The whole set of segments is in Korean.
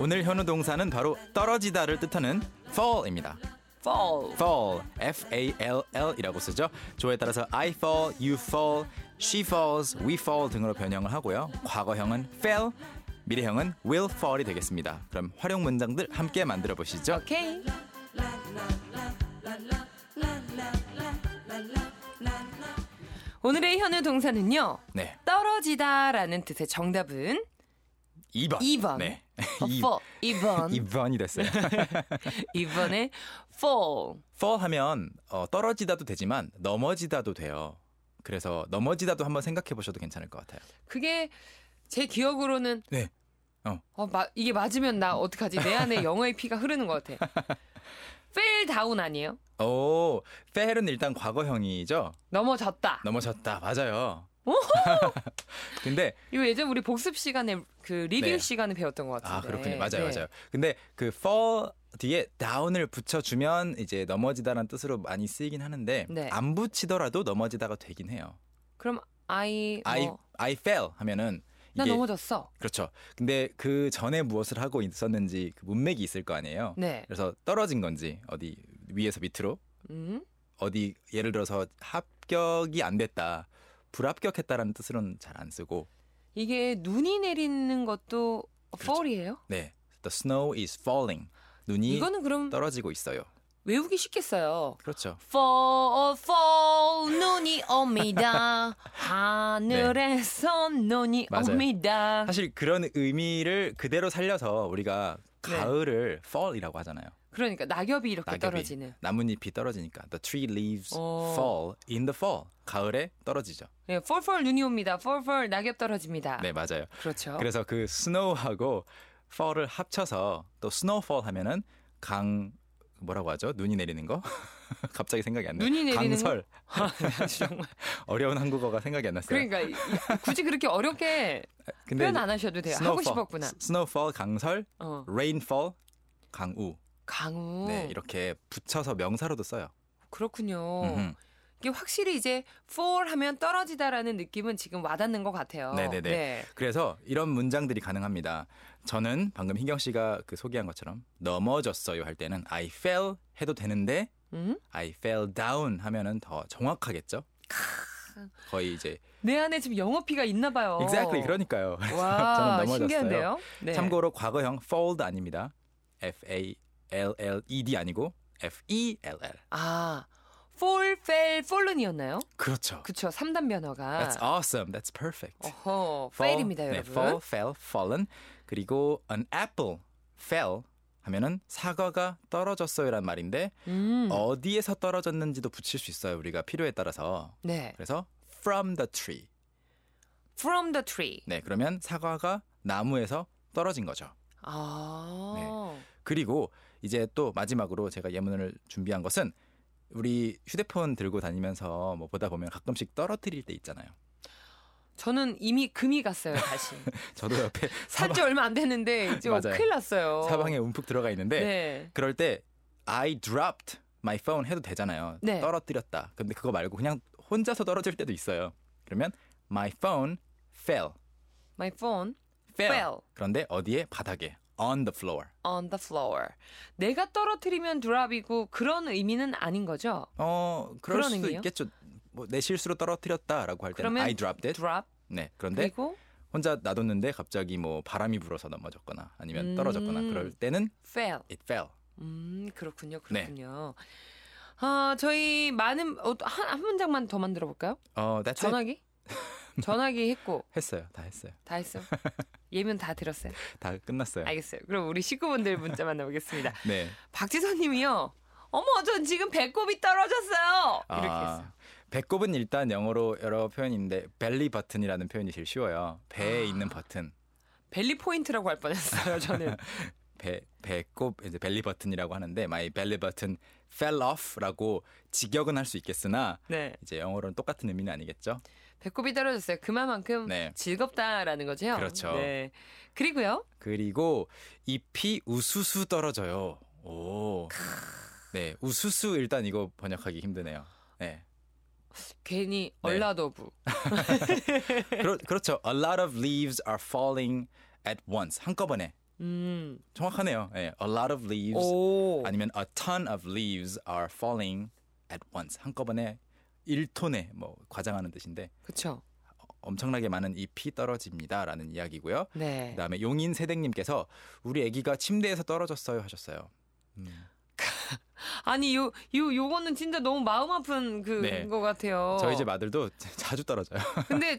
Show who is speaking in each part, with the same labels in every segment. Speaker 1: 오늘 현우 동사는 바로 떨어지다를 뜻하는 fall입니다.
Speaker 2: fall.
Speaker 1: fall, f a l l이라고 쓰죠. 조에 따라서 I fall, you fall, she falls, we fall 등으로 변형을 하고요. 과거형은 fell, 미래형은 will fall이 되겠습니다. 그럼 활용 문장들 함께 만들어 보시죠.
Speaker 2: 오케이. 오늘의 현우 동사는요.
Speaker 1: 네,
Speaker 2: 떨어지다라는 뜻의 정답은
Speaker 1: 2번.
Speaker 2: 2번.
Speaker 1: 네,
Speaker 2: 어, fall. 2번.
Speaker 1: 2번이 됐어요.
Speaker 2: 2번의 fall.
Speaker 1: fall 하면 어, 떨어지다도 되지만 넘어지다도 돼요. 그래서 넘어지다도 한번 생각해 보셔도 괜찮을 것 같아요.
Speaker 2: 그게 제 기억으로는
Speaker 1: 네.
Speaker 2: 어, 마- 이게 맞으면 나 어떡하지? 내 안에 영어의 피가 흐르는 것 같아. fail down 아니에요?
Speaker 1: 오, fell은 일단 과거형이죠.
Speaker 2: 넘어졌다.
Speaker 1: 넘어졌다. 맞아요.
Speaker 2: 오!
Speaker 1: 근데
Speaker 2: 이거 예전 우리 복습 시간에 그 리뷰
Speaker 1: 네.
Speaker 2: 시간에 배웠던 것 같은데.
Speaker 1: 아 그렇군요. 맞아요,
Speaker 2: 네.
Speaker 1: 맞아요. 근데 그 fall 뒤에 down을 붙여주면 이제 넘어지다라는 뜻으로 많이 쓰이긴 하는데
Speaker 2: 네.
Speaker 1: 안 붙이더라도 넘어지다가 되긴 해요.
Speaker 2: 그럼 I 뭐,
Speaker 1: I I fell 하면은
Speaker 2: 나
Speaker 1: 이게
Speaker 2: 넘어졌어.
Speaker 1: 그렇죠. 근데 그 전에 무엇을 하고 있었는지 그 문맥이 있을 거 아니에요.
Speaker 2: 네.
Speaker 1: 그래서 떨어진 건지 어디 위에서 밑으로
Speaker 2: 음.
Speaker 1: 어디 예를 들어서 합격이 안 됐다. 불합격했다라는 뜻으로는 잘 안 쓰고
Speaker 2: 이게 눈이 내리는 것도 fall이에요?
Speaker 1: 네. The snow is falling. 눈이
Speaker 2: 이거는 그럼
Speaker 1: 떨어지고 있어요.
Speaker 2: 외우기 쉽겠어요.
Speaker 1: 그렇죠.
Speaker 2: fall fall 눈이 옵니다. 하늘에서 눈이
Speaker 1: 네. 맞아요.
Speaker 2: 옵니다.
Speaker 1: 사실 그런 의미를 그대로 살려서 우리가
Speaker 2: 네.
Speaker 1: 가을을 fall이라고 하잖아요.
Speaker 2: 그러니까 낙엽이 이렇게
Speaker 1: 낙엽이.
Speaker 2: 떨어지는.
Speaker 1: 나뭇잎이 떨어지니까 the tree leaves
Speaker 2: 어.
Speaker 1: fall in the fall. 가을에 떨어지죠.
Speaker 2: 네, fall fall 눈이 옵니다. fall fall 낙엽 떨어집니다.
Speaker 1: 네, 맞아요.
Speaker 2: 그렇죠.
Speaker 1: 그래서 그 snow하고 fall을 합쳐서 또 snowfall 하면은 강 뭐라고 하죠? 눈이 내리는 거? 갑자기 생각이 안 나요.
Speaker 2: 눈이 내리는
Speaker 1: 강설.
Speaker 2: 아, 정말.
Speaker 1: 어려운 한국어가 생각이 안 났어요.
Speaker 2: 그러니까 이- 이- 굳이 그렇게 어렵게
Speaker 1: 근데
Speaker 2: 표현 안 하셔도 돼요. 하고
Speaker 1: snowfall,
Speaker 2: 싶었구나.
Speaker 1: s- snowfall 강설,
Speaker 2: 어.
Speaker 1: rainfall 강우.
Speaker 2: 강우.
Speaker 1: 네, 이렇게 붙여서 명사로도 써요.
Speaker 2: 그렇군요.
Speaker 1: 음흠.
Speaker 2: 이게 확실히 이제 fall 하면 떨어지다라는 느낌은 지금 와닿는 것 같아요.
Speaker 1: 네네네.
Speaker 2: 네.
Speaker 1: 그래서 이런 문장들이 가능합니다. 저는 방금 희경 씨가 그 소개한 것처럼 넘어졌어요 할 때는 I fell 해도 되는데
Speaker 2: 음?
Speaker 1: I fell down 하면은 더 정확하겠죠? 거의 이제
Speaker 2: 내 안에 지금 영어피가 있나 봐요.
Speaker 1: exactly 그러니까요. 저는
Speaker 2: 와,
Speaker 1: 넘어졌어요.
Speaker 2: 신기한데요. 네.
Speaker 1: 참고로 과거형 fall도 아닙니다. F A L L E D 아니고 F E L L.
Speaker 2: 아, fall, fell, fallen이었나요?
Speaker 1: 그렇죠.
Speaker 2: 그쵸, 3단 변화가.
Speaker 1: That's awesome. That's perfect.
Speaker 2: 어허,
Speaker 1: fall,
Speaker 2: fail입니다,
Speaker 1: 네,
Speaker 2: 여러분.
Speaker 1: fall, fell, fallen. 그리고 an apple fell 하면은 사과가 떨어졌어요란 말인데
Speaker 2: 음,
Speaker 1: 어디에서 떨어졌는지도 붙일 수 있어요. 우리가 필요에 따라서.
Speaker 2: 네.
Speaker 1: 그래서 from the tree.
Speaker 2: from the tree.
Speaker 1: 네, 그러면 사과가 나무에서 떨어진 거죠.
Speaker 2: 아,
Speaker 1: 네. 그리고 이제 또 마지막으로 제가 예문을 준비한 것은 우리 휴대폰 들고 다니면서 뭐 보다 보면 가끔씩 떨어뜨릴 때 있잖아요.
Speaker 2: 저는 이미 금이 갔어요, 다시.
Speaker 1: 저도 옆에
Speaker 2: 산지
Speaker 1: 사방,
Speaker 2: 얼마 안 됐는데 이제 뭐
Speaker 1: 맞아요.
Speaker 2: 큰일 났어요.
Speaker 1: 사방에 움푹 들어가 있는데
Speaker 2: 네.
Speaker 1: 그럴 때 I dropped my phone 해도 되잖아요.
Speaker 2: 네.
Speaker 1: 떨어뜨렸다. 근데 그거 말고 그냥 혼자서 떨어질 때도 있어요. 그러면 my phone fell.
Speaker 2: My phone
Speaker 1: fell.
Speaker 2: Fell.
Speaker 1: 그런데 어디에? 바닥에. on the floor.
Speaker 2: on the floor. 내가 떨어뜨리면 드랍이고 그런 의미는 아닌 거죠.
Speaker 1: 어, 그럴
Speaker 2: 그런
Speaker 1: 수도
Speaker 2: 의미요?
Speaker 1: 있겠죠. 뭐 내 실수로 떨어뜨렸다라고 할 때는
Speaker 2: 그러면
Speaker 1: I dropped it.
Speaker 2: 드랍
Speaker 1: 네. 그런데
Speaker 2: 그리고
Speaker 1: 혼자 놔뒀는데 갑자기 뭐 바람이 불어서 넘어졌거나 아니면
Speaker 2: 음.
Speaker 1: 떨어졌거나 그럴 때는
Speaker 2: fail.
Speaker 1: it fell.
Speaker 2: 음 그렇군요,
Speaker 1: 네.
Speaker 2: 그렇군요. 아 저희 많은 어, 한, 한 문장만 더 만들어 볼까요?
Speaker 1: 어, that's it.
Speaker 2: 전화기 전화기 했고
Speaker 1: 했어요. 다 했어요.
Speaker 2: 다 했어. 요 예면 다 들었어요.
Speaker 1: 다 끝났어요.
Speaker 2: 알겠어요. 그럼 우리 식구분들 문자 만나보겠습니다.
Speaker 1: 네.
Speaker 2: 박지선님이요. 어머, 전 지금 배꼽이 떨어졌어요. 이렇게
Speaker 1: 아,
Speaker 2: 했어요.
Speaker 1: 배꼽은 일단 영어로 여러 표현인데 벨리 버튼이라는 표현이 제일 쉬워요. 배에
Speaker 2: 아.
Speaker 1: 있는 버튼.
Speaker 2: 벨리 포인트라고 할 뻔했어요. 저는
Speaker 1: 배 배꼽 이제 벨리 버튼이라고 하는데 my belly button fell off라고 직역은 할 수 있겠으나
Speaker 2: 네
Speaker 1: 이제 영어로는 똑같은 의미는 아니겠죠?
Speaker 2: 배꼽이 떨어졌어요. 그만큼
Speaker 1: 네.
Speaker 2: 즐겁다라는 거죠.
Speaker 1: 그렇죠.
Speaker 2: 네. 그리고요.
Speaker 1: 그리고 잎이 우수수 떨어져요. 오. 네, 우수수 일단 이거 번역하기 힘드네요. 네.
Speaker 2: 괜히
Speaker 1: 네.
Speaker 2: 얼라더브.
Speaker 1: 그렇, 그렇죠. A lot of leaves are falling at once. 한꺼번에.
Speaker 2: 음.
Speaker 1: 정확하네요. 예, A lot of leaves
Speaker 2: 오.
Speaker 1: 아니면 a ton of leaves are falling at once. 한꺼번에 1톤에 뭐 과장하는 뜻인데
Speaker 2: 그렇죠.
Speaker 1: 엄청나게 많은 잎이 떨어집니다라는 이야기고요.
Speaker 2: 네.
Speaker 1: 그다음에 용인 세댁님께서 우리 아기가 침대에서 떨어졌어요 하셨어요. 음,
Speaker 2: 아니 요 요 요, 거는 진짜 너무 마음 아픈 그거
Speaker 1: 네.
Speaker 2: 같아요.
Speaker 1: 저희 집 아들도 자주 떨어져요.
Speaker 2: 근데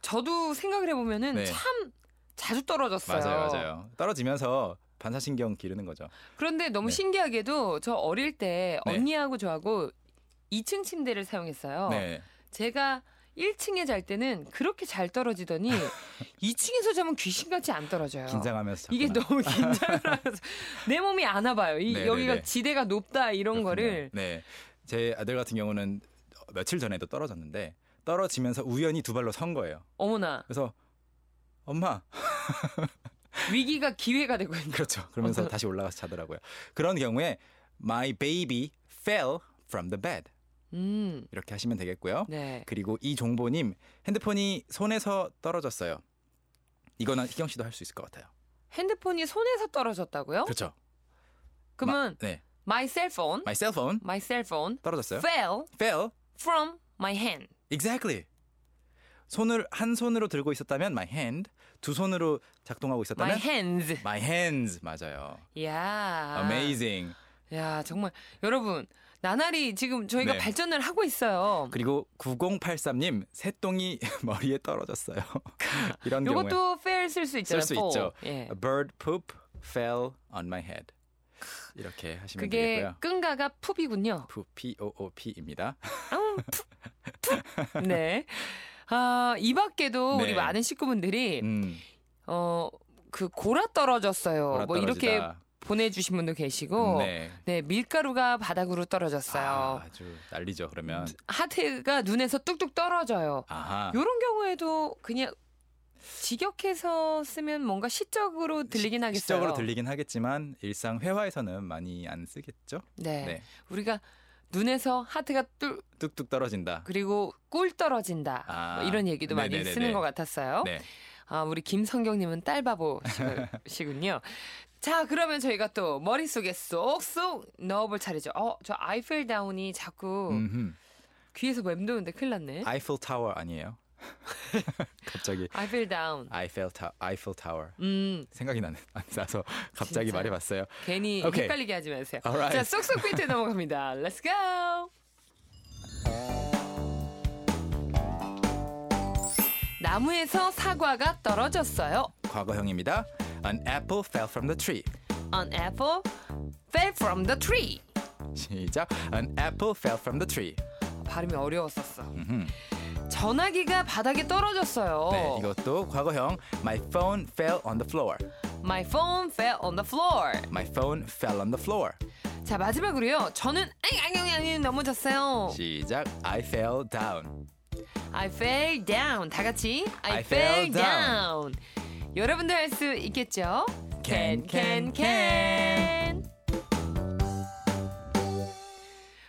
Speaker 2: 저도 생각을 해보면은
Speaker 1: 네.
Speaker 2: 참 자주 떨어졌어요.
Speaker 1: 맞아요, 맞아요. 떨어지면서 반사신경 기르는 거죠.
Speaker 2: 그런데 너무
Speaker 1: 네.
Speaker 2: 신기하게도 저 어릴 때
Speaker 1: 네.
Speaker 2: 언니하고 저하고 2층 침대를 사용했어요.
Speaker 1: 네,
Speaker 2: 제가 1층에 잘 때는 그렇게 잘 떨어지더니 2층에서 자면 귀신같이 안 떨어져요.
Speaker 1: 긴장하면서
Speaker 2: 이게
Speaker 1: 잤구나.
Speaker 2: 너무 긴장을 하면서 내 몸이 안 아파요. 이-
Speaker 1: 네,
Speaker 2: 여기가
Speaker 1: 네, 네.
Speaker 2: 지대가 높다 이런
Speaker 1: 그렇군요.
Speaker 2: 거를
Speaker 1: 네. 제 아들 같은 경우는 며칠 전에도 떨어졌는데 떨어지면서 우연히 두 발로 선 거예요.
Speaker 2: 어머나
Speaker 1: 그래서 엄마
Speaker 2: 위기가 기회가 되고 있는
Speaker 1: 그렇죠. 그러면서
Speaker 2: 어떤-
Speaker 1: 다시 올라가서 자더라고요. 그런 경우에 my baby fell from the bed
Speaker 2: 음,
Speaker 1: 이렇게 하시면 되겠고요.
Speaker 2: 네.
Speaker 1: 그리고 이 종보님 핸드폰이 손에서 떨어졌어요. 이거는 희경 씨도 할 수 있을 것 같아요.
Speaker 2: 핸드폰이 손에서 떨어졌다고요?
Speaker 1: 그렇죠.
Speaker 2: 그러면
Speaker 1: 네,
Speaker 2: my cell phone,
Speaker 1: my cell phone
Speaker 2: my cell phone
Speaker 1: 떨어졌어요.
Speaker 2: fell
Speaker 1: fell
Speaker 2: from my hand.
Speaker 1: exactly. 손을 한 손으로 들고 있었다면 my hand, 두 손으로 작동하고 있었다면
Speaker 2: My hands.
Speaker 1: my hands 맞아요.
Speaker 2: 야.
Speaker 1: amazing.
Speaker 2: 야, 정말 여러분, 나날이 지금 저희가
Speaker 1: 네.
Speaker 2: 발전을 하고 있어요.
Speaker 1: 그리고 9083님 새똥이 머리에 떨어졌어요. 이런 경우에
Speaker 2: 요것도 fail 쓸 수 있잖아요.
Speaker 1: 쓸수
Speaker 2: fall.
Speaker 1: 있죠.
Speaker 2: 예.
Speaker 1: A bird poop fell on my head. 이렇게 하시면
Speaker 2: 그게
Speaker 1: 되겠고요.
Speaker 2: 끈가가 풋이군요.
Speaker 1: P O O P입니다.
Speaker 2: 아우, 풋, 풋. 네. 아, 이 밖에도
Speaker 1: 네.
Speaker 2: 우리 많은 식구분들이
Speaker 1: 음,
Speaker 2: 어, 그 고라 떨어졌어요. 뭐
Speaker 1: 오락가락이다.
Speaker 2: 이렇게 보내 주신 분도 계시고
Speaker 1: 네.
Speaker 2: 네, 밀가루가 바닥으로 떨어졌어요.
Speaker 1: 아, 아주 난리죠. 그러면
Speaker 2: 하트가 눈에서 뚝뚝 떨어져요.
Speaker 1: 아하.
Speaker 2: 요런 경우에도 그냥 직역해서 쓰면 뭔가 시적으로 들리긴 하겠어요.
Speaker 1: 시적으로 들리긴 하겠지만 일상 회화에서는 많이 안 쓰겠죠.
Speaker 2: 네.
Speaker 1: 네.
Speaker 2: 우리가 눈에서 하트가 뚫
Speaker 1: 뚝뚝 떨어진다.
Speaker 2: 그리고 꿀 떨어진다
Speaker 1: 아.
Speaker 2: 뭐 이런 얘기도 많이
Speaker 1: 네네네네.
Speaker 2: 쓰는 것 같았어요.
Speaker 1: 네.
Speaker 2: 아, 우리 김성경님은 딸바보시군요. 자, 그러면 저희가 또 머릿속에 쏙쏙 넣어볼 차례죠. 어, 저 아이펠 다운이 자꾸
Speaker 1: 음흠. 아.
Speaker 2: 귀에서 맴도는데 큰일 났네.
Speaker 1: Eiffel Tower 아니에요? 갑자기
Speaker 2: 아이펠 다운.
Speaker 1: Eiffel Ta- Eiffel Tower
Speaker 2: 음,
Speaker 1: 생각이 나는 안 나서 갑자기
Speaker 2: 진짜요?
Speaker 1: 말해봤어요.
Speaker 2: 괜히
Speaker 1: 오케이.
Speaker 2: 헷갈리게 하지 마세요.
Speaker 1: Alright.
Speaker 2: 자, 쏙쏙 비트 넘어갑니다. Let's go. 나무에서 사과가 떨어졌어요.
Speaker 1: 과거형입니다. An apple fell from the tree.
Speaker 2: An apple fell from the tree.
Speaker 1: 시작. An apple fell from the tree.
Speaker 2: 발음이 어려웠었어.
Speaker 1: 음흠.
Speaker 2: 전화기가 바닥에 떨어졌어요.
Speaker 1: 네, 이것도 과거형. My phone fell on the floor.
Speaker 2: My phone fell on the floor.
Speaker 1: My phone fell on the floor.
Speaker 2: 자 마지막으로요. 저는 앙앙앙앙 넘어졌어요.
Speaker 1: 시작. I fell down.
Speaker 2: I fell down. 다 같이 I,
Speaker 1: I
Speaker 2: fell
Speaker 1: fell
Speaker 2: down. 여러분도 할 수 있겠죠?
Speaker 1: Can, can,
Speaker 2: can.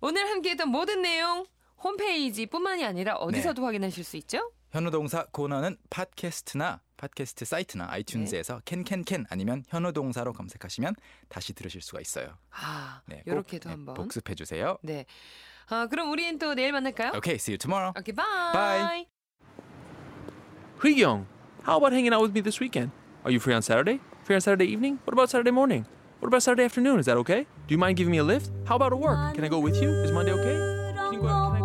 Speaker 2: 오늘 함께했던 모든 내용 홈페이지뿐만이 아니라 어디서도
Speaker 1: 네.
Speaker 2: 확인하실 수 있죠?
Speaker 1: 현우 동사 코너는 팟캐스트나 팟캐스트 사이트나
Speaker 2: 네.
Speaker 1: 아이튠즈에서 캔캔캔 아니면 현우 동사로 검색하시면 다시 들으실 수가 있어요.
Speaker 2: 아,
Speaker 1: 네, 꼭,
Speaker 2: 요렇게도
Speaker 1: 네,
Speaker 2: 한번.
Speaker 1: 복습해 주세요.
Speaker 2: 네. 아, 그럼 우리는 또 내일 만날까요?
Speaker 1: Okay, see you tomorrow.
Speaker 2: 네. Okay, bye.
Speaker 1: Bye.
Speaker 3: Young, how about hanging out with me this weekend? Are you free on Saturday? Free on Saturday evening? What about Saturday morning? What about Saturday afternoon? Is that okay? Do you mind giving me a lift? How about at work? Can I go with you? Is Monday okay? Can you go out? Can I go out?